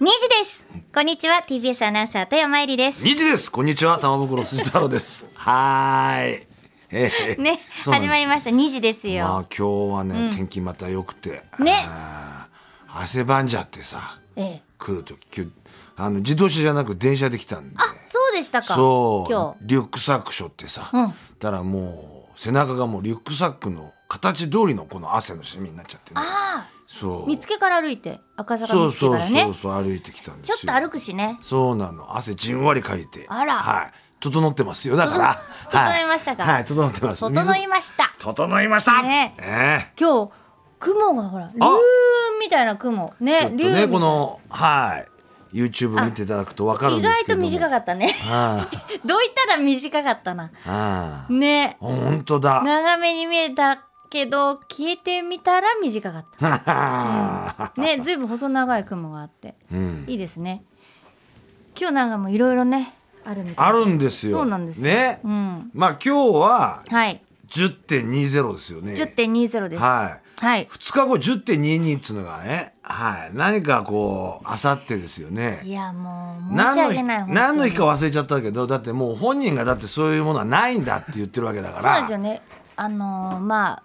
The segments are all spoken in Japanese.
ですこんにちは TBS アナウンサー富山えりです二時です。こんにちは、玉袋筋太郎です。はーい。えーねそうなんで始すまりました2時ですよ、まあ、今日はね、天気また良くて。ねあー。汗ばんじゃってさ。ええ来るとき、今日あの自動車じゃなく、電車で来たんで。あそうでしたかそう今日リュックサックしょってさ、うんたらもう背中がもうリュックサックの形通りのこの汗の染みになっちゃってねああそう見つけから歩いて赤坂そ見うつけそかうらそねうそう歩いてきたんですちょよっと歩くしねそうなの汗じんわりかいてあらはい整ってますよだから 整はい整いましたかはい整ってます整い水ました整いましたねね今日雲がほら流雲みたいな雲ちょねっと流ね雲このはい YouTube 見ていただくとわかるん意です外けどと短っかっ たねたあどういったら短かったなあね本当だ長めに見えたけど消えてみたら短かったねずいぶん細長い雲があって うんいいですね今日なんかもいろいろねあるみたいあるんですよそうなんですよねうんまあ今日ははい10.20ですよね10.20ですははいい2日後10.22っつうのがね、はい、何かこうあさってですよねいやもう申何しの訳日ない本当に何の日か忘れちゃったけどだってもう本人がだってそういうものはないんだって言ってるわけだからそうですよねあのーまあ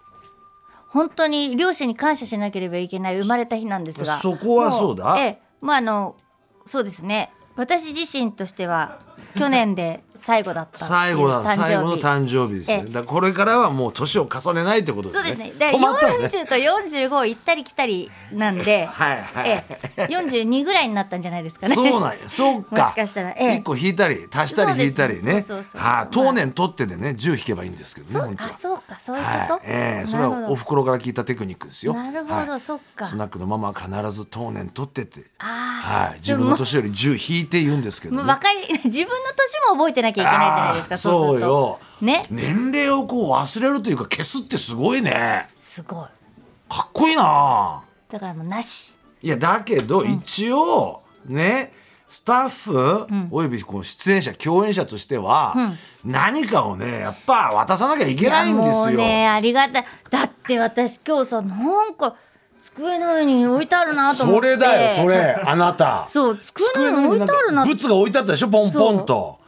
本当に両親に感謝しなければいけない生まれた日なんですがそこはそうだもええまああのそうですね私自身としては去年で最後だったってい最う後だ誕生日最後の誕生日ですよねえだえからこれからはもう年を重ねないってことでそうすねですね。で止まったんですね40と45を行ったり来たりなんで、はいはいええ、42ぐらいになったんじゃないですかね。そう なんやそうかもしかしたらええ一個引いたり足したり引いたりそうでねすそうそうそうはい当年取ってでね10引けばいいんですけどねそう本当あはそうかそういうこはとい、。ええなるほどそれはお袋から聞いたテクニックですよ。なるほどはいそっかスナックのママは必ず当年取ってって、ああ、はい、自分の年より10引いて言うんですけど、ねもう。分かり 自分の年も覚えてなきゃいけないじゃないですあーか。そうするとそうよね、年齢をこう忘れるというか消すってすごいね。すごい。かっこいいな。だからもうなし。いやだけど一応ね。スタッフおよびこう出演者共演者としては何かをねやっぱ渡さなきゃいけないんですよ。もうねありがたい。だって私今日さなんか机の上に置いてあるなと思そって。れだよそれあなた。 そう机の上に置いてあるなブツが置いてあったでしょポンポンと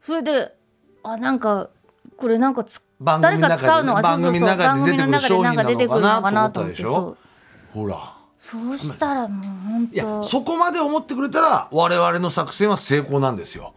それであなんかこれなんかつ番組の中でね誰か使うのは番組の中で出てくる商品なのかなと思ったでしそょうほらそうしたらもう本いや当そこまで思ってくれたら我々の作戦は成功なんですよ。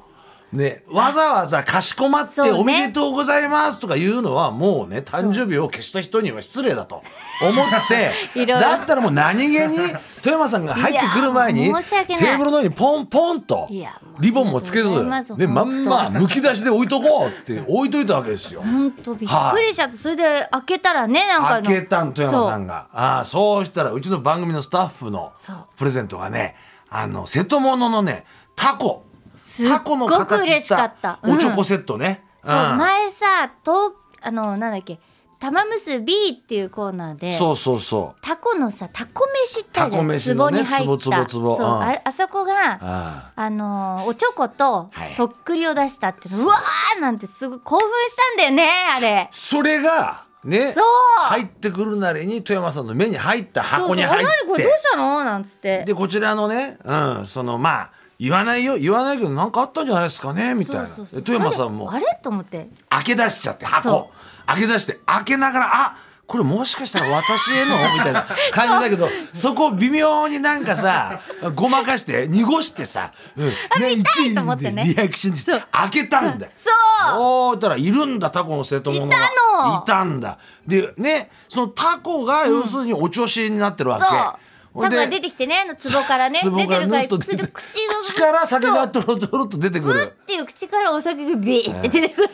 ね、わざわざかしこまってそうねおめでとうございますとか言うのはもうね誕生日を消した人には失礼だと思って いろいろだったらもう何気 に富山さんが入ってくる前にテいや申し訳ないーブルの上にポンポンといやもうリボンもつけずありがとうござねいまますんまむき出しで置いとこうって置いといたわけですよ。本当びっくりしちゃってそれで開けたらねなんか開のけたん富山さんがああそうしたらうちの番組のスタッフのそうプレゼントがねあの瀬戸物のねタコすっタコの形ごく嬉ししかたったおちょこセットね、そうそううん前さとあのなんだっけ玉結びっていうコーナーでそうそうそうタコのさタコ飯ってあるタじゃコん飯のね壺に入った壺壺壺そううんあれあそこがああのーおちょことはいとっくりを出したって、うわーなんてすごい興奮したんだよねあれそれがねそう入ってくるなりに富山さんの目に入った箱に入ってそうそうあ何これどうしたのなんつってでこちらのね、うん、そのまあ言わないよ言わないけどなんかあったんじゃないですかねみたいなそうそうそうで富山さんもあれあれと思って開け出しちゃってそ箱開け出して開けながらあこれもしかしたら私へ のみたいな感じだけどそこを微妙になんか さごまかして濁してさ、うん、ねいと思ってね一位でリアクションしてそう開けたんだよ。 そうおーたらいるんだタコの生徒ものがいたのいたんだでねそのタコが要するにお調子になってるわけ、そうほタんコでが出てきてねあの壺からね 壺出てがるかぬらっと口出のて口の口から酒がそうとろとろっと出てく うっるていう口からお酒がビーって出てくる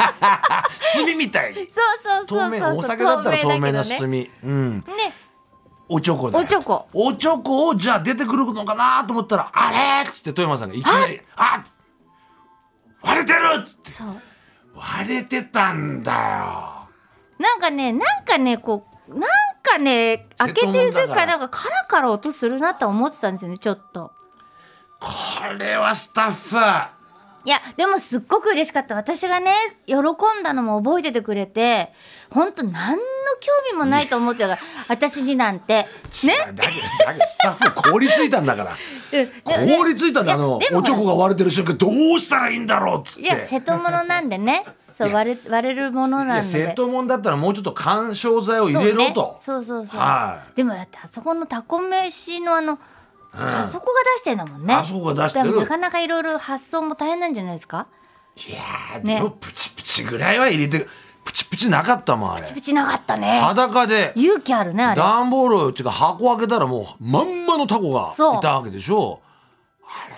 炭みたいにそうそうそうそ透う明お酒だったら透明なだけど炭、ねうんねおちょこだよおちょこおちょこをじゃあ出てくるのかなと思ったら「あれ?」っつって富山さんがいきなり「あ割れてる!」っつってそう割れてたんだなんかねなんかねこうなんかね開けてる瀬戸物だか時かららなんかカラカラ音するなとは思ってたんですよねちょっとよこれはスタッフいやでもすっごく嬉しかった私がね喜んだのも覚えててくれて本当何の興味もないと思ってたから 私になんてねだけどだけどスタッフ凍りついたんだからうんで凍りついたんだあのいやでもおちょこが割れてる瞬間どうしたらいいんだろうっつっていや瀬戸物なんでねそう割れ割れるものいなやんで瀬戸物だったらもうちょっと緩衝材を入れろとそう,、ね、そうそうそうはいでもだってあそこのタコ飯のあの、あそこが出してんだもんねあそこが出してるでもなかなかいろいろ発想も大変なんじゃないですかいやーねでもプチプチぐらいは入れてプチプチなかったもんあれプチプチなかったね裸で勇気あるねあれ段ボールをうちが箱開けたらもうまんまのタコがそういたわけでしょ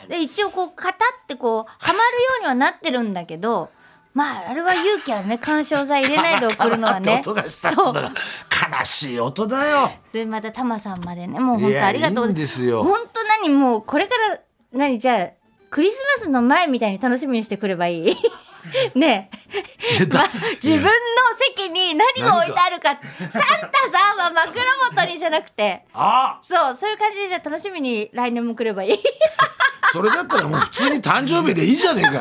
で一応こう型ってこうはまるようにはなってるんだけどまああれは勇気あ るね緩衝材入れないで送るのはカラねカラって音がしたってそだうから悲しい音だよそれまたタマさんまでねもう本い当やありがとういいんですよ本当何もうこれから何じゃあクリスマスの前みたいに楽しみにしてくればい いねいやえ、だま、自分の席に何が置いてあるかサンタさんは枕元にじゃなくてあそうそういう感じでじゃあ楽しみに来年も来ればいいそれだったらもう普通に誕生日でいいじゃねえかよ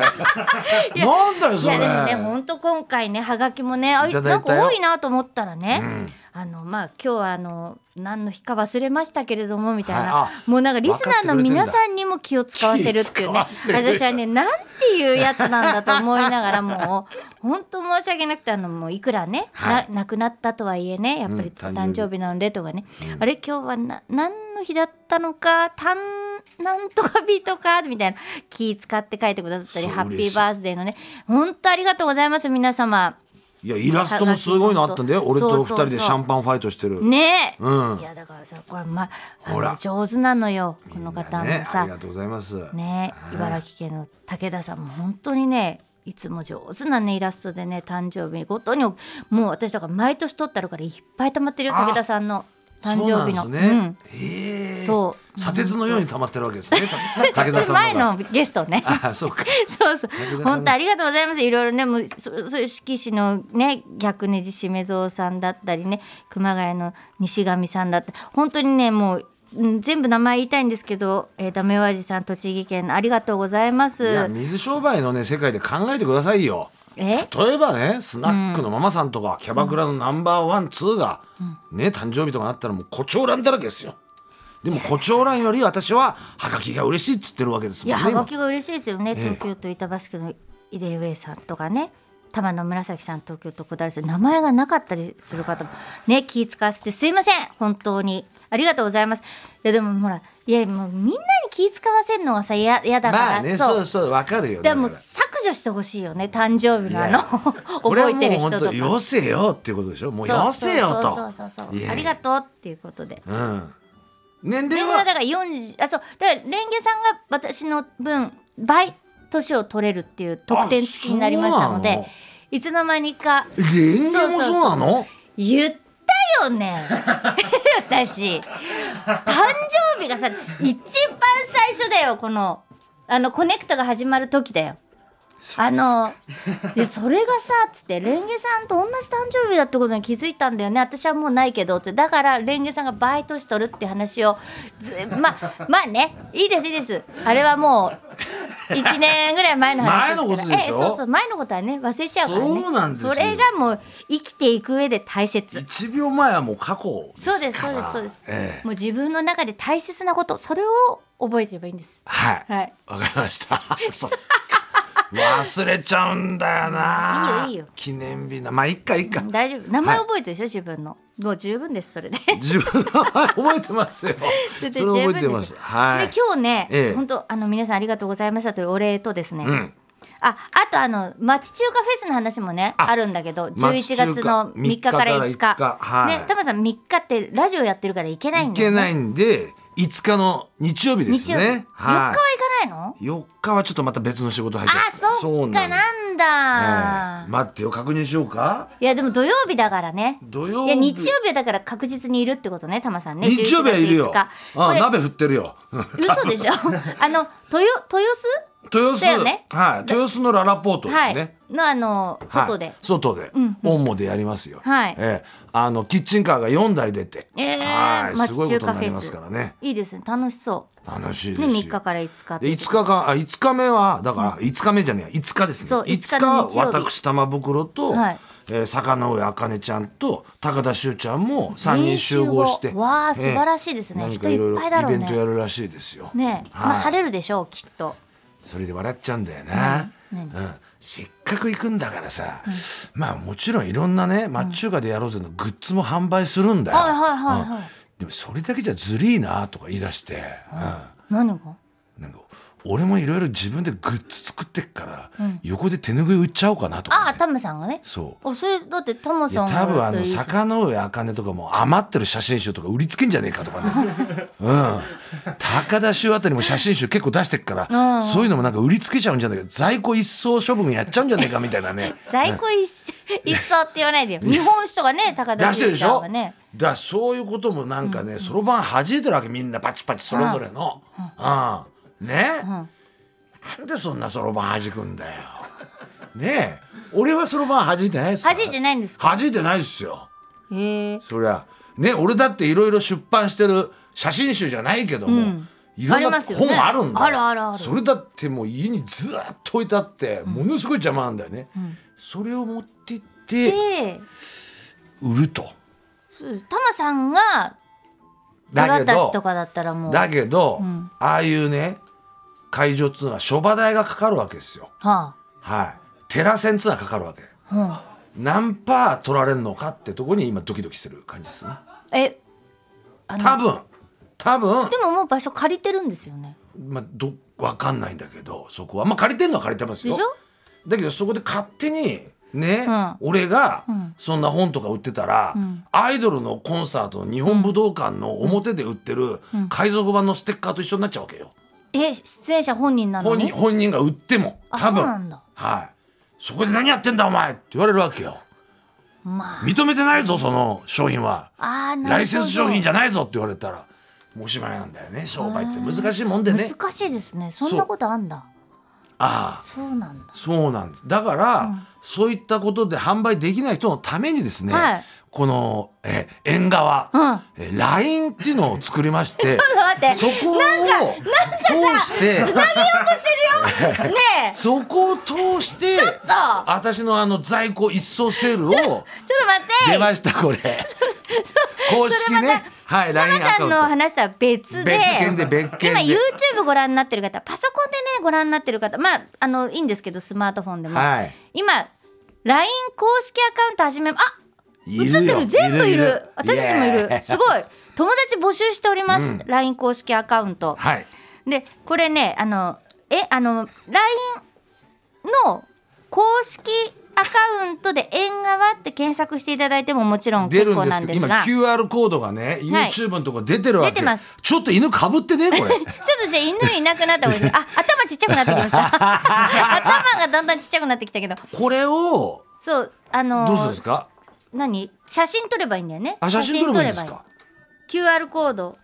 やなんだよ いそれやでもね本当今回ねはがきもねあいただいたなよんか多いなと思ったらね、あのまあ今日はあの何の日か忘れましたけれどもみたいなはいあもうなんかリスナーの皆さんにも気を使わせるっていう分かねってくれてんだ私はねなんていうやつなんだと思いながらもう本当申し訳なくてあのもういくらね、はいな亡くなったとはいえねやっぱりうんお誕生日なのでとかね、あれ今日はな何の日だったのかたんなんとか日とかみたいな気使って書いてくださったりそうハッピ嬉しーいバースデーのね本当ありがとうございます皆様いやイラストもすごいのあったんだよ俺と二人でシャンパンファイトしてるねえ、うんいやだからさこれまあほらの上手なのよこの方ねもあさりがとうございますねはえい茨城県の武田さんも本当にねいつも上手なねイラストでね誕生日ごとにもう私だから毎年撮ってあるからいっぱい溜まってるよあ武田さんの誕生日のそうなんですね、うんへえそう砂鉄のように溜まってるわけですね 武田さんの方が前のゲストねあそうかそうそう田さんの本当ありがとうございますいろいろねもうそそういう色紙のね逆ネジしめぞうさんだったりね熊谷の西上さんだったり本当にねもううん全部名前言いたいんですけど、えー、ダメおじさん栃木県のありがとうございまいやす水商売のね世界で考えてくださいよえ例えばねスナックのママさんとか、キャバクラのナンバーワンツーが、ね誕生日とかなったらもう誇張欄だらけですよでも誇張欄より私はハガキが嬉しいっつってるわけですいもんやねハガ今キが嬉しいですよね東京都板橋区の井出上さんとかね玉野紫さん東京都小平さん名前がなかったりする方もね気使わせてすいません本当にありがとうございますいやでもほらいやもうみんなに気使わせるのがさ嫌嫌だから、まあねそうそうわかるよでもだから削除してほしいよね誕生日のあいのや 覚えてる人これはもう本と当かよせよっていうことでしょもうよせよとそうそうそうそういやありがとうっていうことでうん年齢年ははだから40あそうだからレンゲさんが私の分倍年を取れるっていう特典付きになりましたのあそうなでのいつの間にかレンゲもそうなの言ったよね 私誕生日がさ一番最初だよこのあのコネクトが始まる時だよ。あのでそれがさつってレンゲさんと同じ誕生日だってことに気づいたんだよね私はもうないけどってだからレンゲさんがバイトしとるって話をずまあまあねいいですいいですあれはもう1年ぐらい前の前話からのことでしょえそうそう前のことはね忘れちゃうからねそうなんですよそれがもう生きていく上で大切一秒前はもう過去ですそうですかそうでらすそうです、ええもう自分の中で大切なことそれを覚えてればいいんですはいはいわかりました そっか忘れちゃうんだよないいよいいよ記念日なまあいっかいっか大丈夫名前覚えてるでしょ、自分のもう十分ですそれで自分の名前覚えてます よそれ全然覚えてます十分ですはいで今日ね、ええ本当あの皆さんありがとうございましたというお礼とですね、うんああとあの町中華フェスの話もねああるんだけど町中11華月の3日から5 3日日から5日はいね、タマさん3日ってラジオやってるから行けないいんだよ、けね、ないんで5日の日曜日です日曜日、4ね日はは行かないのい4日はちょっとまた別の仕事入っちゃあそそっうかななのんえだ、え待ってよ確認しようかいやでも土曜日だからね土曜い日や日曜日はだから確実にいるってことねタマさんね日曜日はいる11よ月5日あこ れ鍋振ってるよ嘘でしょあの豊豊洲豊だ洲、よねはい、豊洲のララポートですはい、ね。のあの外で、はい外で、んオンモでやりますよ。はいええあのキッチンカーが4台出て、ええはい、す町ごいこ中と華になフェりスますからね。いいですね楽しそ楽しいうでねすよ。 3日から5日で5日間あ5日目はだから5日目じゃねえや5日ですねそう5 5日日のは日曜日私玉袋と、はいえー坂上茜ちゃんと高田修ちゃんも3人集合して全員集合わあ素晴らしいですね何人かいいっろいろぱいだイろうベねントやるらしいですよねえ、はいまあ晴れるでしょうきっとそれで笑っちゃうんだよな、何うん、せっかく行くんだからさ、まあもちろんいろんなね町中華でやろうぜのグッズも販売するんだよ、はいはいはいはいうんでもそれだけじゃずりーなとか言い出して、うん何がなんか俺もいろいろ自分でグッズ作ってっから、横で手ぬぐい売っちゃおうかなとか、あね、あタムさんがねそうあそれだってタムいさやん多分あとの一緒坂上茜とかも余ってる写真集とか売りつけんじゃねえかとか ねうん高田衆あたりも写真集結構出してっから、そういうのもなんか売りつけちゃうんじゃないか在庫一掃処分やっちゃうんじゃねえかみたいな ね在庫一緒一層って言わないでよ日本酒とかね高出田してるで純次しさんょはねだからそういうこともなんかねそろばん弾いてるわけみんなパチパチそれぞれのうんねなんでそんなそろばん弾くんだよねえ俺はそろばん弾いてないですから弾いてないんですか弾いてないですよへえそりゃね俺だっていろいろ出版してる写真集じゃないけども、いろんありなますよね本あるんだよあるあるあるそれだってもう家にずーっと置いてあって、ものすごい邪魔なんだよね、それを持ってってで売るとそうタマさんがドだラけタシとどかだったらもうだけど、んああいうね会場っつうのは諸場代がかかるわけですよははいテラセンつうのはかかるわけあ、う何パー取られるのかってとこに今ドキドキしてる感じですねん、えあの多分多分でももう場所借りてるんですよねまあ、どわかんないんだけどそこはまあ借りてんのは借りてますよでしょだけどそこで勝手にね、うん俺がんそんな本とか売ってたら、アイドルのコンサートの日本武道館の表で売ってる海賊版のステッカーと一緒になっちゃうわけよ、え出演者本人なの本に人本人が売ってもあ多そうなん分だはいそこで何やってんだお前って言われるわけよまあ認めてないぞその商品はあーなるほどライセンス商品じゃないぞって言われたらもうおしまいなんだよね商売って難しいもんでね難しいですねそんなことあんだああそうなんだそうなんです。だから、そういったことで販売できない人のためにですね、はいこの、え、縁側、え、LINE っていうのを作りまして、 ちょっと待ってそこを通して、 ねえちょそこを通して、と私のあの在庫一掃セールをっと待って出ました、これ。 公式ね、はい、タマ LINE アさカウんンのト。話とは別で別件で別件今で YouTube ご覧になってる方パソコンでねご覧になってる方まああのいいんですけどスマートフォンでも、はい今 LINE 公式アカウント始めあい映ってる全部いる私たちもいるすごい。い友達募集しております、うん LINE 公式アカウント、はい。でこれねあのえあの LINE の公式アカウントで「縁側」って検索していただいてももちろん出結る構んでなすんけどです今が QR コードがね YouTube のとこ出てるわけ、出てますちょっと犬かぶってね これちょっとじゃあ犬いなくなった方がいいで すあ頭ちっちゃくなってきました頭がだんだんちっちゃくなってきたけどこれをそうあのーどうするんですか何写真撮ればいいんだよねあ写真撮ればいいんですか QR コード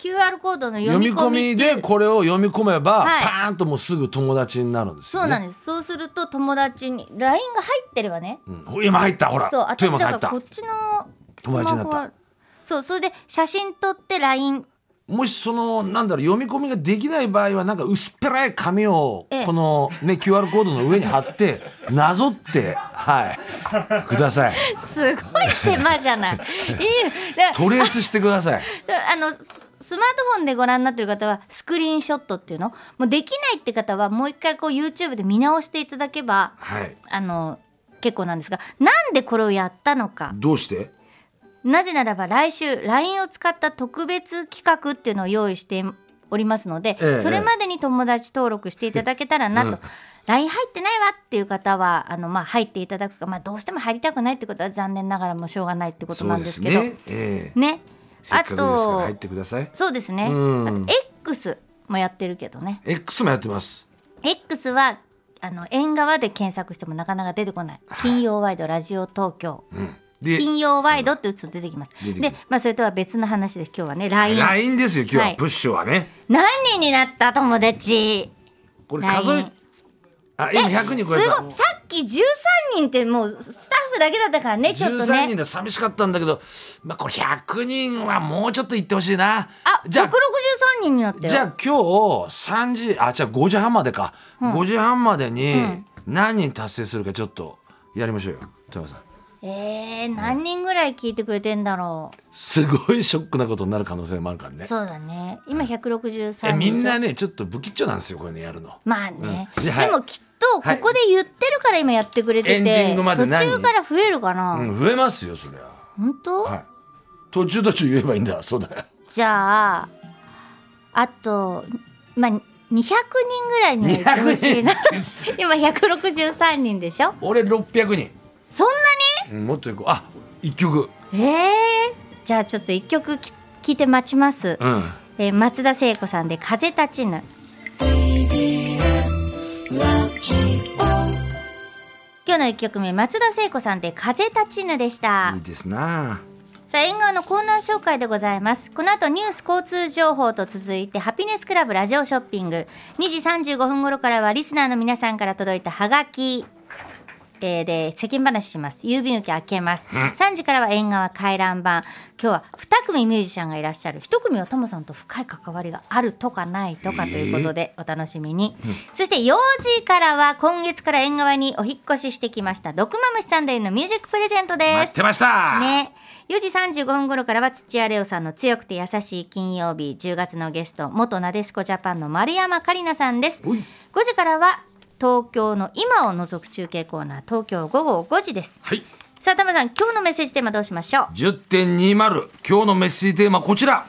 QR コードの読読みみ込込みみででこれを読み込めば、はいパーンともうすぐ友達になるんですそよ、うね、なんですそうすると友達に LINE が入ってればねうん今入ったほらそう富私山さん入だからったこっちのス友マ達になホったはそうそれで写真撮って LINE もしそのなんだろう読み込みができない場合はなんか薄っぺらい紙をええこの、ね、QR コードの上に貼って なぞってはいくださいすごい手間じゃ ないいいだかトレースしてくださいらあのススマートフォンでご覧になってる方はスクリーンショットっていうのもうできないって方はもう一回こう YouTube で見直していただけばはいあの結構なんですがなんでこれをやったのかどう してなぜならば来週 LINE を使った特別企画っていうのを用意しておりますので、ええそれまでに友達登録していただけたらなと、LINE 入ってないわっていう方はあの、まあ、入っていただくか、まあ、どうしても入りたくないってことは残念ながらもうしょうがないってことそなうんでですすけどね、ええねせっあかくですからと入ってくださいそうですね、うんあと X もやってるけどね X もやってます X はあの縁側で検索してもなかなか出てこない金曜ワイドラジオ東京、で金曜ワイドって打つと出てきます。出てきでます、まあ、それとは別の話です。今日はね、LINE。 LINE ですよ今日は、はいプッシュはね何人になった友達これ数え LINE あ今100人超えすたごいさっき13人ってもうスタッフだけだったからねちょっと13人ねで寂しかったんだけど、まあ、これ100人はもうちょっと行ってほしいなあじゃあ163人になったよじゃあ今日3時あじゃあ5時半までか、5時半までに何人達成するかちょっとやりましょうよ富山さんえー、何人ぐらい聞いてくれてんだろすごいショックなことになる可能性もあるからうねそうだね今163人えみんなねちょっと不吉祥なんですよこれねやるのまあね、うんいでやはいもきっとここで言ってるから今やってくれてて、エンディングまで途何中から増えるかな、うん増えますよそりゃ本当、はい途中途中言えばいいんだ そうだよじゃああとまあ200人ぐらいには行ってほしいな今163人でしょ俺600人、そんうんもっといこうあ一曲なにえー、じゃあちょっと一曲き聞いて待ちます、うんえー松田聖子さんで「風立ちぬ」今日の一曲目松田聖子さんで「風立ちぬ」でしたいいですなさあ縁側のコーナー紹介でございますこの後ニュース交通情報と続いてハピネスクラブラジオショッピング2時35分頃からはリスナーの皆さんから届いたハガキえーで世間話します郵便受け開けます、3時からは縁側回覧版今日は2組ミュージシャンがいらっしゃる1組はタモさんと深い関わりがあるとかないとかということでお楽しみに、そして4時からは今月から縁側にお引っ越ししてきました「毒マムシサンデー」のミュージックプレゼントです待ってました、ね。4時35分頃からは土屋レオさんの強くて優しい金曜日10月のゲスト元なでしこジャパンの丸山桂里奈さんですおい5時からは東京の今を除く中継コーナー東京午後5時ですはいさあタマさん今日のメッセージテーマどうしましょう10.20今日のメッセージテーマこちら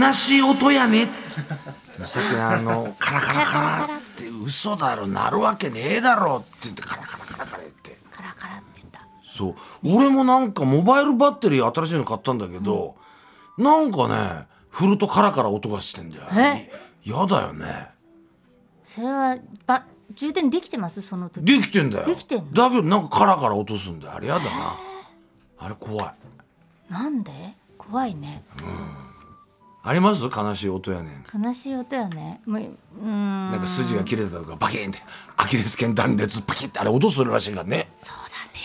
悲しい音やね さっきのあのカラカラカラって嘘だろなるわけねえだろって言ってカラカラカラカラ言ってカラカラって言ったそう俺もなんかモバイルバッテリー新しいの買ったんだけど、なんかね振るとカラカラ音がしてんだよえやだよねそれはば充電できてますその時できてんだよできてんのだけどなんかカラカラ落とすんだよあれやだなあれ怖いなんで怖いねあります悲しい音やねん悲しい音よねもううーんなんか筋が切れたとかバキンってアキレス腱断裂バキンってあれ音するらしいからねそう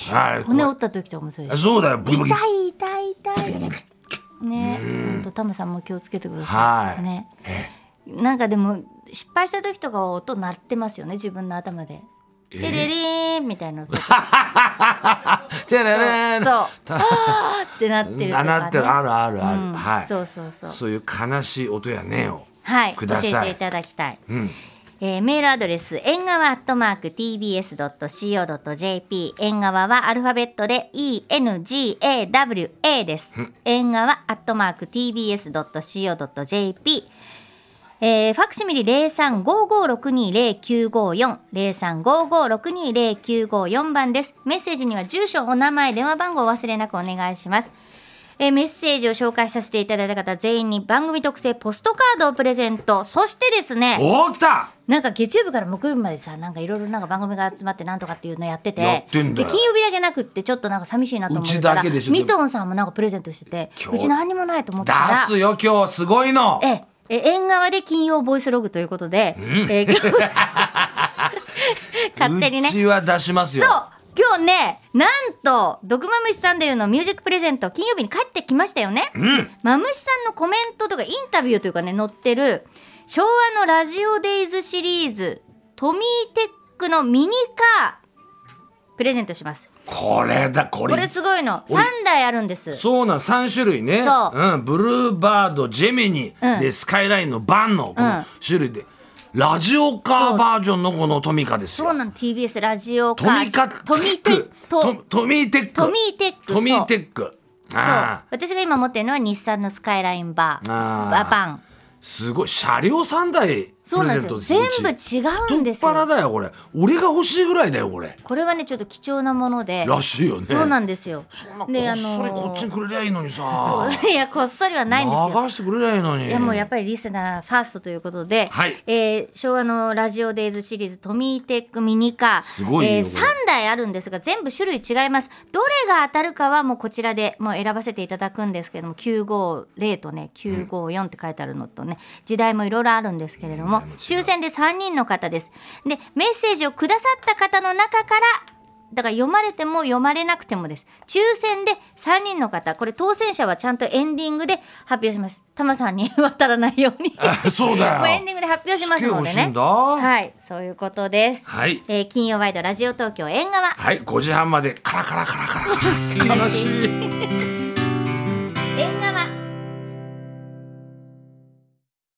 だねあれ骨折った時とかもそうでしょそうだよブキブキ痛い痛い痛いね本当タムさんも気をつけてくださはいいねえなんかでも失敗した時とかは音鳴ってますよね自分の頭で。ででりーンみたいな音そうじゃあねあーってなってるとあか、ね、なってるあるあるある、うんはいそうそうそうそういう悲しい音やねんをはいく教ださいえていただきたい、んえーメールアドレス縁側アットマーク tbs.co.jp 縁側はアルファベットで engawa です縁側アットマーク tbs.co.jp えーファクシミリ零三五五六二零九五四零三五五六二零九五四番です。メッセージには住所、お名前、電話番号をお忘れなくお願いします。えーメッセージを紹介させていただいた方全員に番組特製ポストカードをプレゼント。そしてですね、おー来たなんか月曜日から木曜日までさ、なんかいろいろなんか番組が集まってなんとかっていうのやってて、やってんだでよ金曜日だけなくってちょっとなんか寂しいなと思ってうちただら、けでしょミトンさんもなんかプレゼントしてて今、日うち何にもないと思っ出たから、すよ今日すごいのええ、え縁側で金曜ボイスログということで、えー今 日勝手にね。うちは出しますよそう今日ね、なんと、毒まむしさんでいうのミュージックプレゼント、金曜日に帰ってきましたよね。まむしさんのコメントとかインタビューというかね、載ってる、昭和のラジオデイズシリーズ、トミーテックのミニカー、プレゼントします。これだこれこれすごいの。おい3台あるんです。そうなん3種類ね、そうんブルーバードジェミニ、うんでスカイラインのバンのこの種類で、ラジオカーバージョンのこのトミカですよそうなの、TBS ラジオトミカトミテック。トトミーテックトミーテックトミーテックそうああ私が今持ってるのは日産のスカイラインバーあーババンすごい車両3台そうプレゼなんントでですすようち全部違うんです太っ腹よだよこれ俺が欲しいぐらいだよこれこれはねちょっと貴重なものでらしいよねそうなんですよそんなこでっそりこっちにくれりゃいいのにさいやこっそりは ないんですよ流してくれりゃいいのにいやもうやっぱりリスナーファーストということで、はいえー昭和のラジオデイズシリーズトミーテックミニカーすごいよえー、これ3台あるんですが全部種類違いますどれが当たるかはもうこちらでもう選ばせていただくんですけども950とね954って書いてあるのとね時代もいろいろあるんですけれども、も抽選で3人の方ですでメッセージをくださった方の中からだから読まれても読まれなくてもです抽選で3人の方これ当選者はちゃんとエンディングで発表しますタマさんに渡らないようにあ そうだよもうエンディングで発表しますのですげえ欲しいねんだはいそういうことです、はいえー金曜ワイドラジオ東京縁側はい5時半までカラカラカラカラ悲しい